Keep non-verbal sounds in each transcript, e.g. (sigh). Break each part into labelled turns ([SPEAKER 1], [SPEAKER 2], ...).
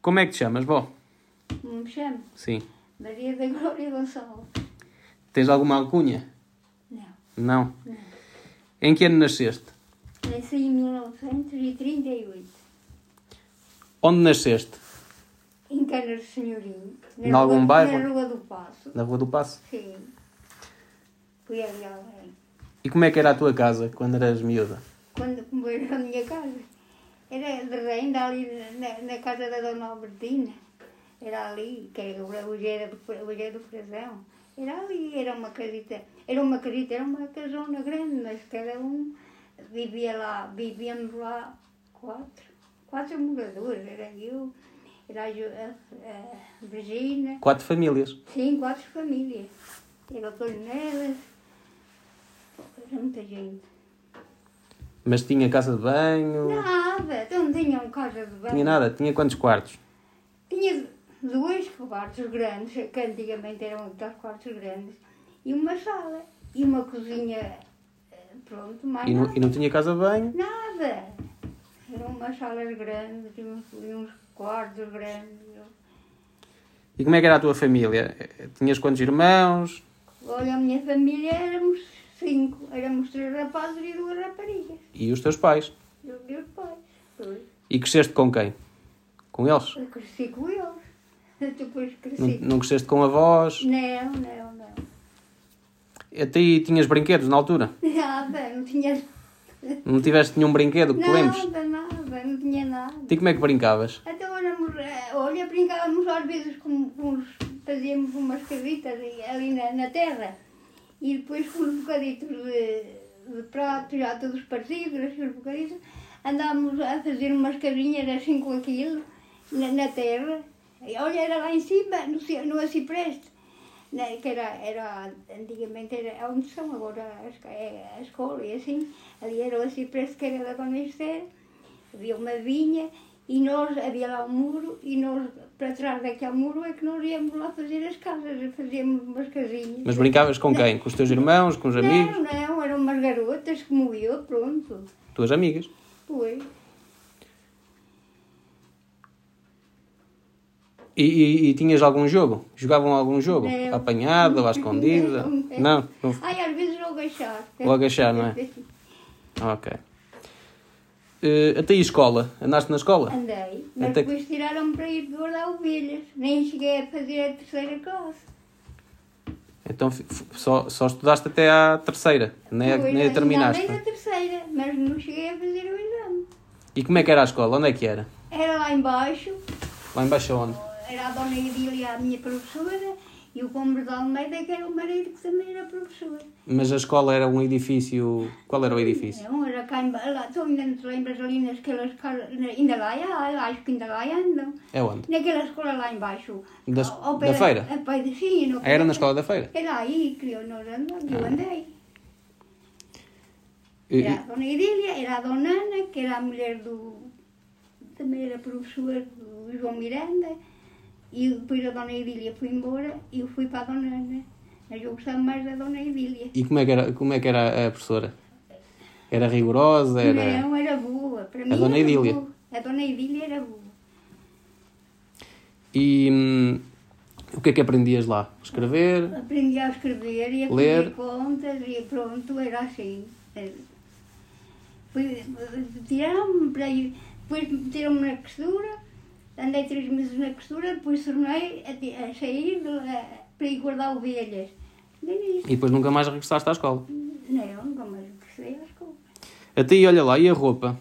[SPEAKER 1] Como é que te chamas, vó?
[SPEAKER 2] Não me chamo.
[SPEAKER 1] Sim.
[SPEAKER 2] Maria da Glória Gonçalves.
[SPEAKER 1] Tens alguma alcunha?
[SPEAKER 2] Não.
[SPEAKER 1] Não.
[SPEAKER 2] Não.
[SPEAKER 1] Em que ano nasceste?
[SPEAKER 2] Nasci em 1938.
[SPEAKER 1] Onde nasceste?
[SPEAKER 2] Em Canas do Senhorinho.
[SPEAKER 1] Em algum
[SPEAKER 2] rua,
[SPEAKER 1] bairro?
[SPEAKER 2] Na Rua do Passo.
[SPEAKER 1] Na Rua do Passo.
[SPEAKER 2] Sim. Fui ali alguém.
[SPEAKER 1] E como é que era a tua casa quando eras miúda?
[SPEAKER 2] Quando (laughs) comeram a minha casa. Era de renda ali na, na casa da Dona Albertina. Era ali, que é era, hoje, era, hoje é do Frazão. Era ali, era uma casita, era uma casita, era uma casona grande, mas cada um vivia lá, vivíamos lá quatro, quatro moradores, era eu, era a, Jo- a, a Virgínia,
[SPEAKER 1] Quatro famílias.
[SPEAKER 2] Sim, quatro famílias. Era torneira, era muita gente.
[SPEAKER 1] Mas tinha casa de banho?
[SPEAKER 2] Nada, então não tinham casa de banho.
[SPEAKER 1] Tinha nada. Tinha quantos quartos?
[SPEAKER 2] Tinha dois quartos grandes, que antigamente eram dois quartos grandes, e uma sala, e uma cozinha, eh, pronto, mais
[SPEAKER 1] E Ah, não,
[SPEAKER 2] nada.
[SPEAKER 1] e não tinha casa de banho?
[SPEAKER 2] Nada. Eram umas salas grandes, e uns, e uns quartos grandes.
[SPEAKER 1] E como é que era a tua família? Eh, Tinhas quantos irmãos?
[SPEAKER 2] Olha, a minha família éramos cinco, éramos três rapazes e duas raparigas.
[SPEAKER 1] E os teus pais?
[SPEAKER 2] Eu e os pais, dois.
[SPEAKER 1] E cresceste com quem? Com eles?
[SPEAKER 2] Eu cresci com eles. (laughs) Eu Depois
[SPEAKER 1] Não,
[SPEAKER 2] cresci.
[SPEAKER 1] não cresceste com avós?
[SPEAKER 2] Não, não, não.
[SPEAKER 1] Até aí tinhas brinquedos na altura?
[SPEAKER 2] Nada, não tinha
[SPEAKER 1] Não tiveste nenhum brinquedo que te lembres?
[SPEAKER 2] nada, nada, não tinha nada.
[SPEAKER 1] E como é que brincavas?
[SPEAKER 2] Então éramos, eh, olha, brincávamos às vezes com, com os, fazíamos umas casitas ali- ali na, na terra e depois com os bocaditos de, de prato, já todos partidos, assim, os bocaditos, andávamos a fazer umas casinhas assim com aquilo na, na terra. E, olha, era lá em cima, no, ci- no Acipreste, né, que era, era, antigamente era onde são agora as, ca- é, a escola e assim, ali era o Acipreste que era da Dona Esther havia uma vinha e nós, havia lá um muro e nós, para trás daquele muro é que nós íamos lá fazer as casas, fazíamos umas casinhas.
[SPEAKER 1] Mas brincavas com quem? Com os teus irmãos? Com os amigos?
[SPEAKER 2] Não, não, eram umas garotas como eu, pronto.
[SPEAKER 1] Tuas amigas?
[SPEAKER 2] Pois.
[SPEAKER 1] E, e- e tinhas algum jogo? Jogavam algum jogo?
[SPEAKER 2] Não.
[SPEAKER 1] Apanhado,
[SPEAKER 2] (laughs)
[SPEAKER 1] à escondida? Não? não.
[SPEAKER 2] Ai, às vezes logo achar.
[SPEAKER 1] Logo achar, não é? Ok. Eh, até aí escola? Andaste na escola?
[SPEAKER 2] (laughs) Andei, mas
[SPEAKER 1] Até que-
[SPEAKER 2] depois tiraram-me para ir guardar ovelhas. Nem cheguei a fazer a terceira classe.
[SPEAKER 1] Então fi- f- só, só estudaste até à terceira, nem a,
[SPEAKER 2] Pois,
[SPEAKER 1] nem a terminaste. é?
[SPEAKER 2] Não, nem a terceira, mas não cheguei a fazer o exame.
[SPEAKER 1] E como é que era a escola? Onde é que era?
[SPEAKER 2] Era lá embaixo,
[SPEAKER 1] Lá embaixo é onde?
[SPEAKER 2] Era a dona Idília, a minha professora, e o Gomes de Almeida, que era o marido, que também era professor.
[SPEAKER 1] Mas a escola era um edifício. Qual era o edifício?
[SPEAKER 2] Não, era cá em Ba- lá, tu ainda não te lembras ali naquelas casas, na- ainda lá, há, acho que ainda lá andam.
[SPEAKER 1] É onde?
[SPEAKER 2] Naquela escola lá embaixo.
[SPEAKER 1] Da-
[SPEAKER 2] ao- ao
[SPEAKER 1] da
[SPEAKER 2] pé
[SPEAKER 1] feira?
[SPEAKER 2] ao pé de- sim, no-
[SPEAKER 1] Era na escola da feira.
[SPEAKER 2] Era aí que eu, nós andamos, eu andei.
[SPEAKER 1] E-
[SPEAKER 2] Era a
[SPEAKER 1] e-
[SPEAKER 2] dona Idília, era a dona Ana, que era a mulher do... Também era professora do João Miranda. E depois a dona Idília foi embora e eu fui para a dona Ana. Mas eu gostava mais da dona Idília.
[SPEAKER 1] E como é que era, como é que era a professora? Era rigorosa? Era...
[SPEAKER 2] Não, era boa. Para mim
[SPEAKER 1] dona
[SPEAKER 2] era
[SPEAKER 1] Idília.
[SPEAKER 2] boa. A dona Idília era boa.
[SPEAKER 1] E hum, o que é que aprendias lá? Escrever?
[SPEAKER 2] Aprendi a escrever e a
[SPEAKER 1] Ler.
[SPEAKER 2] fazer contas e pronto, era assim. Fui- Tiraram-me para ir, depois meteram-me na costura, andei três meses na costura, depois tornei a, ti- a sair de- a- para ir guardar ovelhas. Nem isso.
[SPEAKER 1] E depois nunca mais regressaste à escola.
[SPEAKER 2] Não, é, nunca mais cresci, acho que.
[SPEAKER 1] Até aí, olha lá, e a roupa?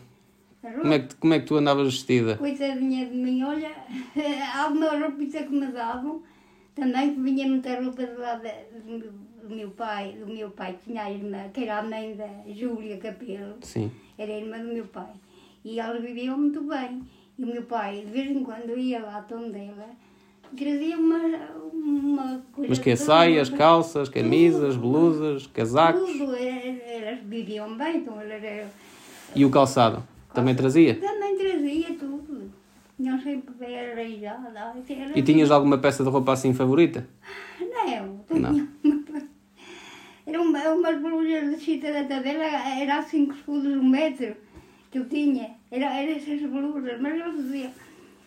[SPEAKER 2] A
[SPEAKER 1] Como é
[SPEAKER 2] roupa,
[SPEAKER 1] que, como é que tu andavas vestida?
[SPEAKER 2] coitadinha de mim, olha, (laughs) alguma roupita que me davam, também que vinha muita roupa de lá da- do, meu, do meu pai, do meu pai, que tinha a irmã, que era a mãe da Júlia Capelo.
[SPEAKER 1] Sim.
[SPEAKER 2] era irmã do meu pai. E elas viviam muito bem. E o meu pai, de vez em quando, ia lá à tondela, trazia uma, uma coisa.
[SPEAKER 1] Mas que é
[SPEAKER 2] toda,
[SPEAKER 1] saias,
[SPEAKER 2] uma-
[SPEAKER 1] calças, camisas, blusas, casacos
[SPEAKER 2] Tudo, era- elas viviam bem, então elas eram.
[SPEAKER 1] e o calçado? Também trazia?
[SPEAKER 2] Também trazia tudo. Não sempre bem arranjada.
[SPEAKER 1] E tinhas alguma peça de roupa assim favorita?
[SPEAKER 2] Não,
[SPEAKER 1] Não.
[SPEAKER 2] tinha uma. (laughs) Era uma, umas bolhas de chita da tabela, era assim a 5 escudos um metro que eu tinha. Era, era essas bolhas, mas eu dizia.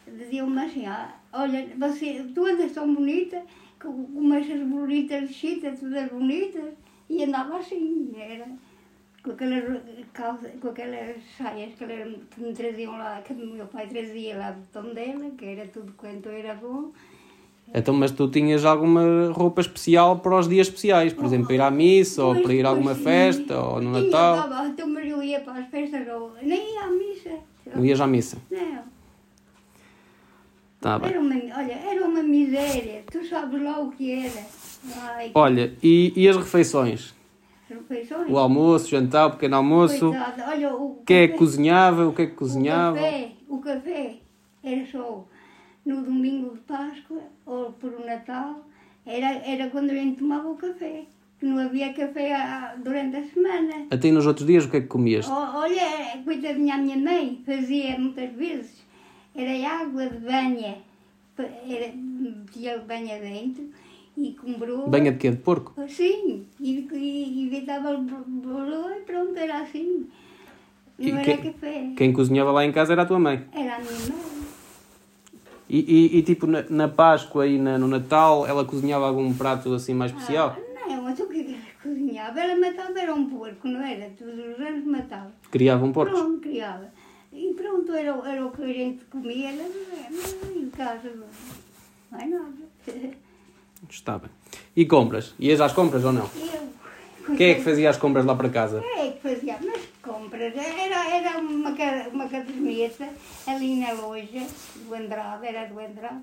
[SPEAKER 2] diziam-me assim, "Ah, olha, você, tu andas tão bonita, com, com essas bolitas de chita, todas bonitas, e andava assim, era, com aquelas, calça, com aquelas saias que, ela- que me traziam lá, que o meu pai trazia lá do tom dela, que era tudo quanto era bom.
[SPEAKER 1] Então, mas tu tinhas alguma roupa especial para os dias especiais, por exemplo, para ir à missa ou
[SPEAKER 2] Pois,
[SPEAKER 1] para ir a alguma
[SPEAKER 2] pois,
[SPEAKER 1] festa ou no
[SPEAKER 2] e
[SPEAKER 1] Natal?
[SPEAKER 2] andava, então, mas eu ia para as festas, ou, nem ia à missa.
[SPEAKER 1] Não ias à missa?
[SPEAKER 2] Não.
[SPEAKER 1] Tá bem.
[SPEAKER 2] Era uma, olha, era uma miséria. Tu sabes lá o que era. Ai,
[SPEAKER 1] Olha, e, e as refeições?
[SPEAKER 2] que refeições.
[SPEAKER 1] O almoço, o jantar, o pequeno almoço?
[SPEAKER 2] Coitado, olha, o
[SPEAKER 1] O que é que
[SPEAKER 2] café-
[SPEAKER 1] cozinhava? O que é que
[SPEAKER 2] o
[SPEAKER 1] cozinhava?
[SPEAKER 2] café, o café era só no domingo de Páscoa ou por o Natal. Era, era quando a gente tomava o café. Que não havia café ah, durante a semana.
[SPEAKER 1] Até nos outros dias, o que é que comias?
[SPEAKER 2] O- Oh, Olha, coitadinha, a minha mãe fazia muitas vezes, era água de banha, Pa- era, metia banha dentro e com broa.
[SPEAKER 1] Banha de quê? De porco?
[SPEAKER 2] Sim, e, e, evitava o bro- broa e pronto, era assim. Não
[SPEAKER 1] E
[SPEAKER 2] era
[SPEAKER 1] quem-
[SPEAKER 2] café,
[SPEAKER 1] Quem cozinhava lá em casa era a tua mãe.
[SPEAKER 2] era a minha mãe.
[SPEAKER 1] E, e- e, tipo, na, na Páscoa e na- no Natal, ela cozinhava algum prato assim mais especial?
[SPEAKER 2] Ah, não, mas o que que ela cozinhava? Ela matava, era um porco, não era? Todos os anos matava.
[SPEAKER 1] Criavam porcos?
[SPEAKER 2] Pronto, criava. E pronto, era, o- era o que a gente comia, era, era em casa, não não é nada. (laughs)
[SPEAKER 1] Está bem. E compras? Ias às compras ou não?
[SPEAKER 2] Eu.
[SPEAKER 1] Quem é que fazia as compras lá para casa?
[SPEAKER 2] Quem é que fazia? Mas que compras. Era, era uma, ca- uma caderneta ali na loja do Andrade, era do Andrade,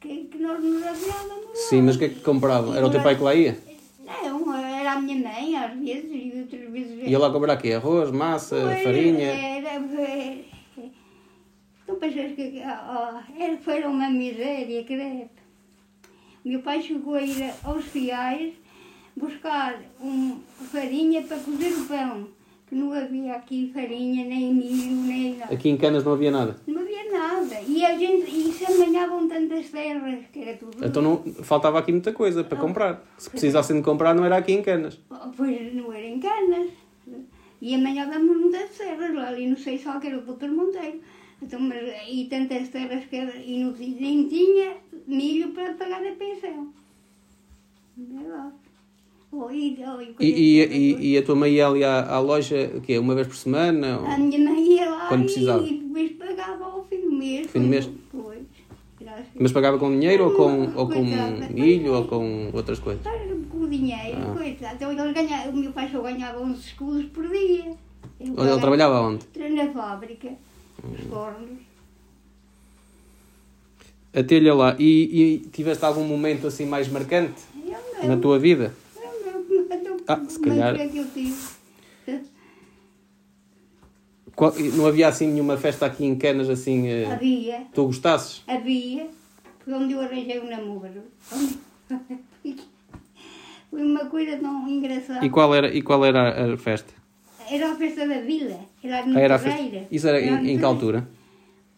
[SPEAKER 2] que, que nós nos aviávamos.
[SPEAKER 1] Sim, mas o que é que compravam? Era o teu pai que lá ia?
[SPEAKER 2] Não, era a minha mãe às vezes e outras vezes era.
[SPEAKER 1] Ia lá comprar quê? Arroz, massa,
[SPEAKER 2] Pois, é.
[SPEAKER 1] farinha?
[SPEAKER 2] Era, era, tu pensas que ah, ah, era, foi uma miséria, credo. O Meu pai chegou a ir aos fiais buscar um, farinha para cozer o pão, que não havia aqui farinha, nem milho, nem nada.
[SPEAKER 1] Aqui em Canas não havia nada.
[SPEAKER 2] Não havia nada. E a gente, e se amanhavam tantas terras, que era tudo.
[SPEAKER 1] Então não, faltava aqui muita coisa
[SPEAKER 2] Ah.
[SPEAKER 1] para comprar. Se precisassem de comprar, não era aqui em Canas.
[SPEAKER 2] Pois não era em Canas. E amanhã vamos mudar de terras lá ali, não sei só que era o Doutor Monteiro. Então, mas, e tantas terras que era, e não, ti- nem tinha milho para pagar a pensão. Não é lá. Oh, e, oh, e
[SPEAKER 1] E,
[SPEAKER 2] coisas
[SPEAKER 1] e,
[SPEAKER 2] todas.
[SPEAKER 1] e- e a tua mãe ia ali à, à loja, o quê? Uma vez por semana?
[SPEAKER 2] A
[SPEAKER 1] Ou-
[SPEAKER 2] minha mãe ia lá
[SPEAKER 1] Quando
[SPEAKER 2] e-
[SPEAKER 1] precisava.
[SPEAKER 2] e depois pagava ao fim do mês.
[SPEAKER 1] Fim do mês?
[SPEAKER 2] Pois. Era assim.
[SPEAKER 1] Mas pagava com dinheiro ou com, ou com
[SPEAKER 2] Coitada.
[SPEAKER 1] milho ou com outras coisas?
[SPEAKER 2] Era com o dinheiro, coisa. Então ele ganha, o meu pai só ganhava 11 escudos por dia. Eu
[SPEAKER 1] Ou ele
[SPEAKER 2] ganhava-
[SPEAKER 1] trabalhava onde?
[SPEAKER 2] na fábrica, os
[SPEAKER 1] Hum.
[SPEAKER 2] fornos.
[SPEAKER 1] Até-lhe lá. E, e tiveste algum momento assim mais marcante
[SPEAKER 2] Eu
[SPEAKER 1] na
[SPEAKER 2] não,
[SPEAKER 1] tua vida?
[SPEAKER 2] eu não, é mas eu-
[SPEAKER 1] Ah, se
[SPEAKER 2] mas
[SPEAKER 1] calhar. É.
[SPEAKER 2] o que é que eu tive?
[SPEAKER 1] Qual- não havia assim nenhuma festa aqui em Canas assim eh,
[SPEAKER 2] Havia,
[SPEAKER 1] que tu gostasses?
[SPEAKER 2] havia, foi onde eu arranjei o namoro. (laughs) Foi uma coisa tão engraçada.
[SPEAKER 1] E qual era, e qual era a- a festa?
[SPEAKER 2] Era a festa da vila, era
[SPEAKER 1] Ah,
[SPEAKER 2] a
[SPEAKER 1] era a
[SPEAKER 2] Ferreira.
[SPEAKER 1] festa. Isso era em, em que altura?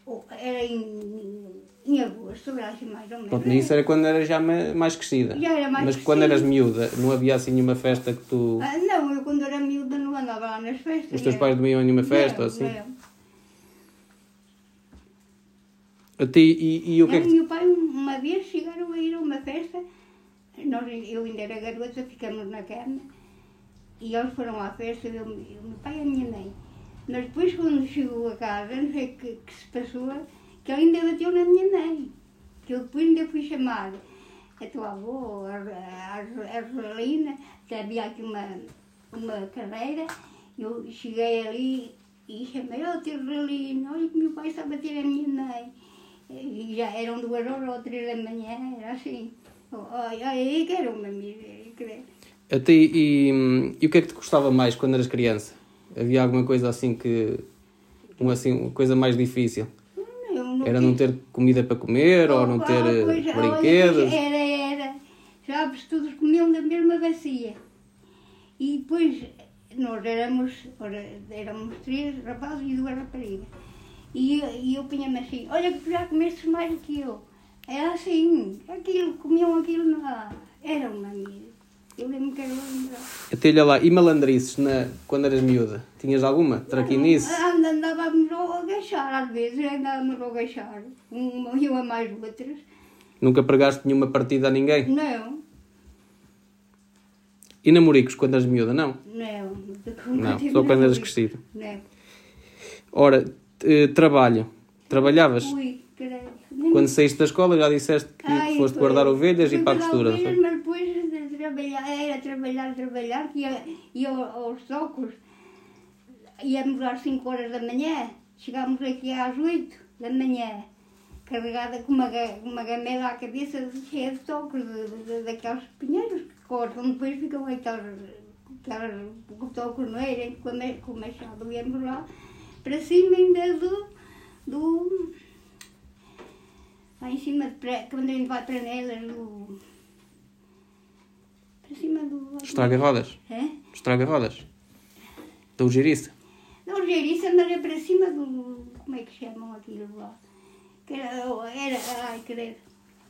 [SPEAKER 2] Oh, Era em, em agosto, era assim mais ou menos.
[SPEAKER 1] Pronto, mas isso era quando eras já ma- mais crescida.
[SPEAKER 2] Já era mais
[SPEAKER 1] mas quando
[SPEAKER 2] crescida.
[SPEAKER 1] eras miúda, não havia assim nenhuma festa que tu.
[SPEAKER 2] Ah, não, eu quando era miúda não andava lá nas festas.
[SPEAKER 1] os teus
[SPEAKER 2] era-
[SPEAKER 1] pais não iam a nenhuma festa
[SPEAKER 2] Não,
[SPEAKER 1] ou assim?
[SPEAKER 2] não.
[SPEAKER 1] A ti, e, e o que é
[SPEAKER 2] Eu
[SPEAKER 1] que.
[SPEAKER 2] e meu pai um- uma vez chegaram a ir a uma festa, nós, eu ainda era garota, ficamos na cama, e eles foram à festa, eu, eu, meu pai e a minha mãe. Mas depois quando chegou a casa, não sei o que, que se passou, que ele ainda bateu na minha mãe, que eu depois ainda fui chamada. A tua avó, a, a, a Rosalina, que havia aqui uma, uma carreira, eu cheguei ali e chamei, ó oh, tio Rosalina, olha que meu pai está a bater na minha mãe. E já eram duas horas ou três da manhã, era assim. Ai, ai, que era uma miséria, credo.
[SPEAKER 1] A ti, e, e o que é que te gostava mais quando eras criança? Havia alguma coisa assim que. Uma, assim, uma coisa mais difícil?
[SPEAKER 2] Eu não
[SPEAKER 1] Era não
[SPEAKER 2] quis-
[SPEAKER 1] ter comida para comer ou não
[SPEAKER 2] Ah,
[SPEAKER 1] ter eh,
[SPEAKER 2] pois, olha, é.
[SPEAKER 1] brinquedos?
[SPEAKER 2] Era, era. Sabes, todos comiam da mesma bacia. E depois nós éramos, ora, éramos três rapazes e duas raparigas. E, eu- e eu punha-me assim, olha que tu já comestes mais do que eu. Era assim, aquilo, comiam aquilo lá. Era uma miséria. Eu lembro que era uma miséria.
[SPEAKER 1] Até lá, e malandrices na, quando eras miúda? Tinhas alguma? Traquinice?
[SPEAKER 2] And- Ah, Andávamos ao agachar, às vezes andávamos ao agachar, uma e uma mais outras.
[SPEAKER 1] Nunca pregaste nenhuma partida a ninguém?
[SPEAKER 2] Não,
[SPEAKER 1] E namoricos quando eras miúda? Não?
[SPEAKER 2] não.
[SPEAKER 1] Não,
[SPEAKER 2] tive
[SPEAKER 1] só quando eras
[SPEAKER 2] namorado.
[SPEAKER 1] crescido.
[SPEAKER 2] Não.
[SPEAKER 1] Ora, eh, trabalho. Trabalhavas?
[SPEAKER 2] Ui, caralho.
[SPEAKER 1] Quando saíste da escola já disseste que
[SPEAKER 2] Ai,
[SPEAKER 1] foste
[SPEAKER 2] foi-
[SPEAKER 1] guardar ovelhas e
[SPEAKER 2] fui
[SPEAKER 1] para a
[SPEAKER 2] guardar
[SPEAKER 1] costura. não é? foi?
[SPEAKER 2] ovelhas, Mas depois de trabalhar, era trabalhar, trabalhar, que ia, ia ao- aos socos. Íamos às 5 horas da manhã, chegámos aqui às 8 da manhã, carregada com uma, ga- uma gamela à cabeça cheia de socos, de, de- daqueles pinheiros que cortam, depois ficam aqueles, aqueles socos, não é? A gente com a ma- com o machado íamos lá para cima ainda do- do Lá em cima, de pre... quando a gente vai para nelas, do... Para cima do...
[SPEAKER 1] Estraga rodas.
[SPEAKER 2] É?
[SPEAKER 1] Estraga rodas. Da girice.
[SPEAKER 2] Da Algeriça, mas é para cima do... Como é que chamam aquilo lá? Que era... era... Ai, credo.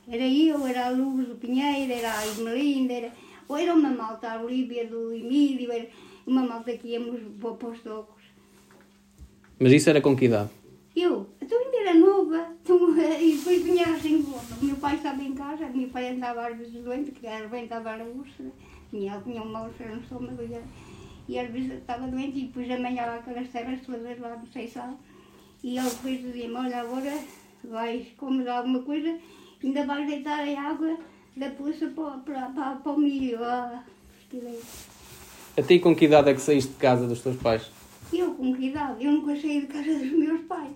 [SPEAKER 2] Era eu, era a Luz do Pinheiro, era a Ismelinda, era... Ou era uma malta, a Olívia do Emílio, era uma malta que íamos para para os tocos.
[SPEAKER 1] Mas isso era com que idade?
[SPEAKER 2] Eu, então ainda era nova, então, (laughs) e depois vinha assim, o meu pai estava em casa, o meu pai andava às vezes doente, que era bem, estava a úlcera, tinha, tinha uma úlcera no estômago, e, era- e às vezes estava doente, e depois amanhava aquelas terras todas lá no Seixal, e ele depois dizia-me, olha, agora vais, comes alguma coisa, ainda vais deitar a água da poça para, para, para, para o milho, ah, estilei.
[SPEAKER 1] A ti com que idade é que saíste de casa dos teus pais?
[SPEAKER 2] Eu, com que idade? Eu nunca saí de casa dos meus pais.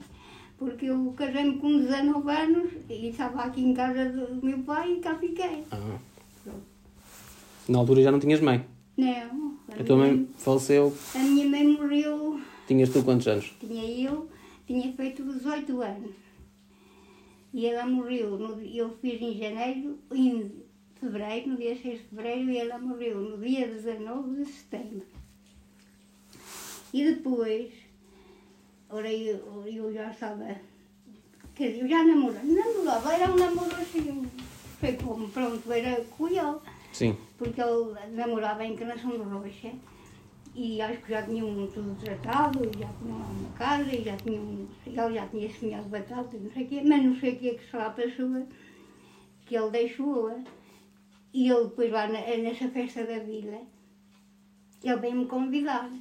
[SPEAKER 2] Porque eu casei-me com 19 anos e estava aqui em casa do meu pai e cá fiquei.
[SPEAKER 1] Ah. Na altura já não tinhas mãe.
[SPEAKER 2] Não.
[SPEAKER 1] A tua Então, mãe faleceu.
[SPEAKER 2] a minha mãe morreu,
[SPEAKER 1] Tinhas tu quantos anos?
[SPEAKER 2] tinha eu, tinha feito 18 anos. E ela morreu, no- eu fiz em janeiro, em fevereiro, no dia 6 de fevereiro, e ela morreu no dia 19 de setembro. E depois, ora eu, eu já estava, quer dizer, eu já namorava, namorava, era um namoro assim, foi como, pronto, era com ele,
[SPEAKER 1] Sim.
[SPEAKER 2] porque ele namorava em Encarnação de Rocha, e acho que já tinham tudo tratado, e já tinham lá uma casa, e já tinham, ele já tinha semeado batata, e não sei o quê, mas não sei o que é que se lá passou, que ele deixou-a. E ele depois lá na- nessa festa da vila, ele veio-me convidar.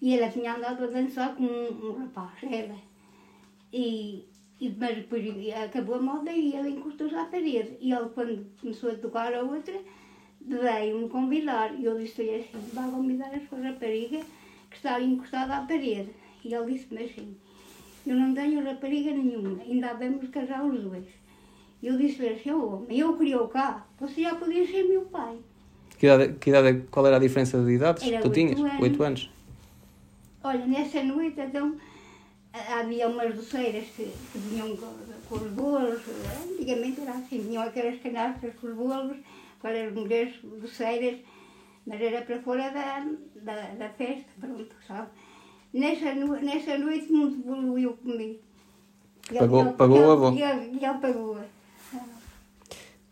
[SPEAKER 2] E ela tinha andado a dançar com um, um rapaz, ela. E, e- mas depois acabou a moda e ele encostou-se à parede. E ele, quando começou a tocar a outra, veio-me convidar. E eu disse-lhe assim, vá convidar a sua rapariga que está ali encostada à parede. E ele disse-me assim, eu não tenho rapariga nenhuma, ainda bem nos casar os dois. E eu disse-lhe assim, "Ó homem, eu criou cá, você já podia ser meu pai.
[SPEAKER 1] Que idade, é, que idade- qual era a diferença de idades
[SPEAKER 2] Era
[SPEAKER 1] que tu
[SPEAKER 2] oito
[SPEAKER 1] tinhas?
[SPEAKER 2] anos.
[SPEAKER 1] Oito anos.
[SPEAKER 2] Olha, nessa noite, então, ah, havia umas doceiras que, que vinham co- com, os bolos. Antigamente era assim, vinham aquelas canastas com os bolos para as mulheres doceiras, mas era para fora da, da, da festa, pronto, sabe? Nessa, no- nessa noite, muito bolo eu comi. E ele-
[SPEAKER 1] Pagou-
[SPEAKER 2] ele-
[SPEAKER 1] pagou,
[SPEAKER 2] ele-
[SPEAKER 1] avó?
[SPEAKER 2] E ele, e ele pagou. Ah,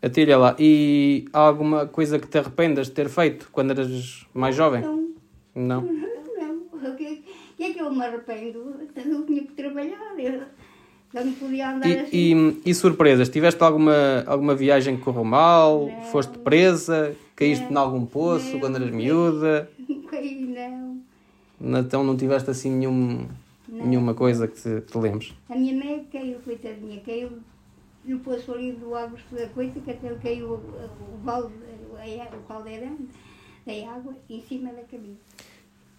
[SPEAKER 1] Atilha lá. E há alguma coisa que te arrependas de ter feito quando eras mais jovem?
[SPEAKER 2] Então,
[SPEAKER 1] Não.
[SPEAKER 2] Não, o que, o que é que eu me arrependo? Eu tinha que trabalhar, eu já não podia andar assim.
[SPEAKER 1] E, e- e surpresas? Tiveste alguma, alguma viagem que correu mal?
[SPEAKER 2] Não.
[SPEAKER 1] Foste presa? Caíste em algum poço
[SPEAKER 2] Não.
[SPEAKER 1] quando eras miúda?
[SPEAKER 2] Aí não.
[SPEAKER 1] Então não tiveste assim nenhum, nenhuma coisa que te, te lembres?
[SPEAKER 2] A minha mãe caiu, coitadinha, caiu no poço ali do Águas da Coita, que até caiu o, o balde, a- o caldeirão da água em cima da cabeça.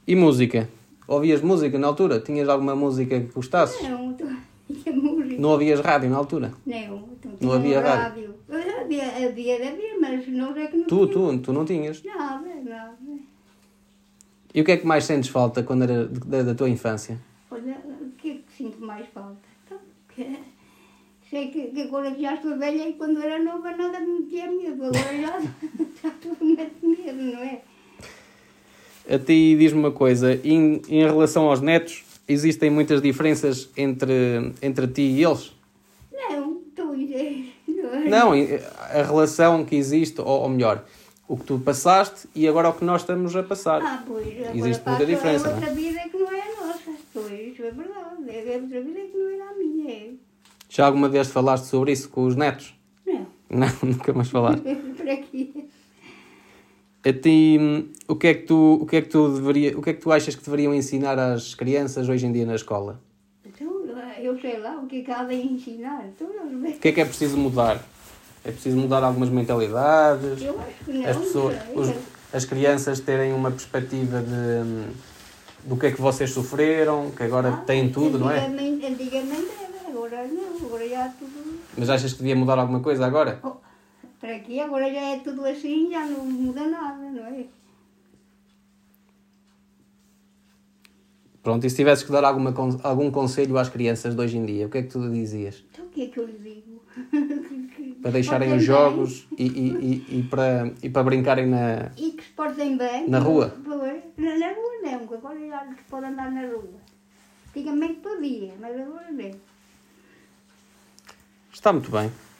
[SPEAKER 1] E música? Ouvias música na altura? Tinhas alguma música que gostasses?
[SPEAKER 2] Não, (laughs) então, tinha morrido.
[SPEAKER 1] Não ouvias rádio na altura?
[SPEAKER 2] Não, então,
[SPEAKER 1] Não havia
[SPEAKER 2] rádio. Havia, havia, havia, mas não é que não
[SPEAKER 1] Tu,
[SPEAKER 2] tinha
[SPEAKER 1] tu, tu não tinhas.
[SPEAKER 2] Nada, nada.
[SPEAKER 1] E o que é que mais sentes falta quando era de- da, da tua infância?
[SPEAKER 2] Olha, o que é que sinto mais falta? Então, que- sei que, que agora já estou velha e quando era nova nada me metia medo. Agora já (laughs) já estou mete medo, não é?
[SPEAKER 1] A ti diz-me uma coisa, em, em relação aos netos, existem muitas diferenças entre, entre ti e eles?
[SPEAKER 2] Não, então, é estou a dizer.
[SPEAKER 1] Não, e- a relação que existe, ou, ou melhor, o que tu passaste e agora o que nós estamos a passar.
[SPEAKER 2] Ah, pois, agora
[SPEAKER 1] Existe muita
[SPEAKER 2] passo a
[SPEAKER 1] diferença,
[SPEAKER 2] outra vida que não é bebo outra vez é que não era a minha. é.
[SPEAKER 1] Já alguma vez falaste sobre isso com os netos? (laughs)
[SPEAKER 2] Não, (laughs) é
[SPEAKER 1] Não, nunca mais falaste.
[SPEAKER 2] para quê?
[SPEAKER 1] A ti, hum, o que é que tu, o que é que tu deveria, o que é que tu achas que deveriam ensinar às crianças hoje em dia na escola?
[SPEAKER 2] Então, eu sei lá o que é que há de ensinar. Então, eles
[SPEAKER 1] O
[SPEAKER 2] bebem.
[SPEAKER 1] que é que é preciso mudar? É preciso mudar algumas mentalidades,
[SPEAKER 2] Eu acho que não.
[SPEAKER 1] as pessoas,
[SPEAKER 2] sei.
[SPEAKER 1] os- as crianças terem uma perspectiva de hum, do que é que vocês sofreram, que agora
[SPEAKER 2] Ah,
[SPEAKER 1] têm tudo, não é?
[SPEAKER 2] Antigamente, antigamente era, agora não, agora já há tudo.
[SPEAKER 1] Mas achas que devia mudar alguma coisa agora?
[SPEAKER 2] Oh, para aqui agora já é tudo assim, já não muda nada, não é?
[SPEAKER 1] Pronto, e se tivesses que dar alguma, con- algum conselho às crianças de hoje em dia, o que é que tu dizias?
[SPEAKER 2] Então o que é que eu lhe digo? (laughs)
[SPEAKER 1] Para deixarem
[SPEAKER 2] Portem
[SPEAKER 1] os
[SPEAKER 2] bem
[SPEAKER 1] jogos e, e, e, e para, e para brincarem na,
[SPEAKER 2] E que se portem bem.
[SPEAKER 1] Na rua?
[SPEAKER 2] Pois. Na, na rua não, que agora já se pode andar na rua. Antigamente podia, mas agora não.
[SPEAKER 1] Está muito bem.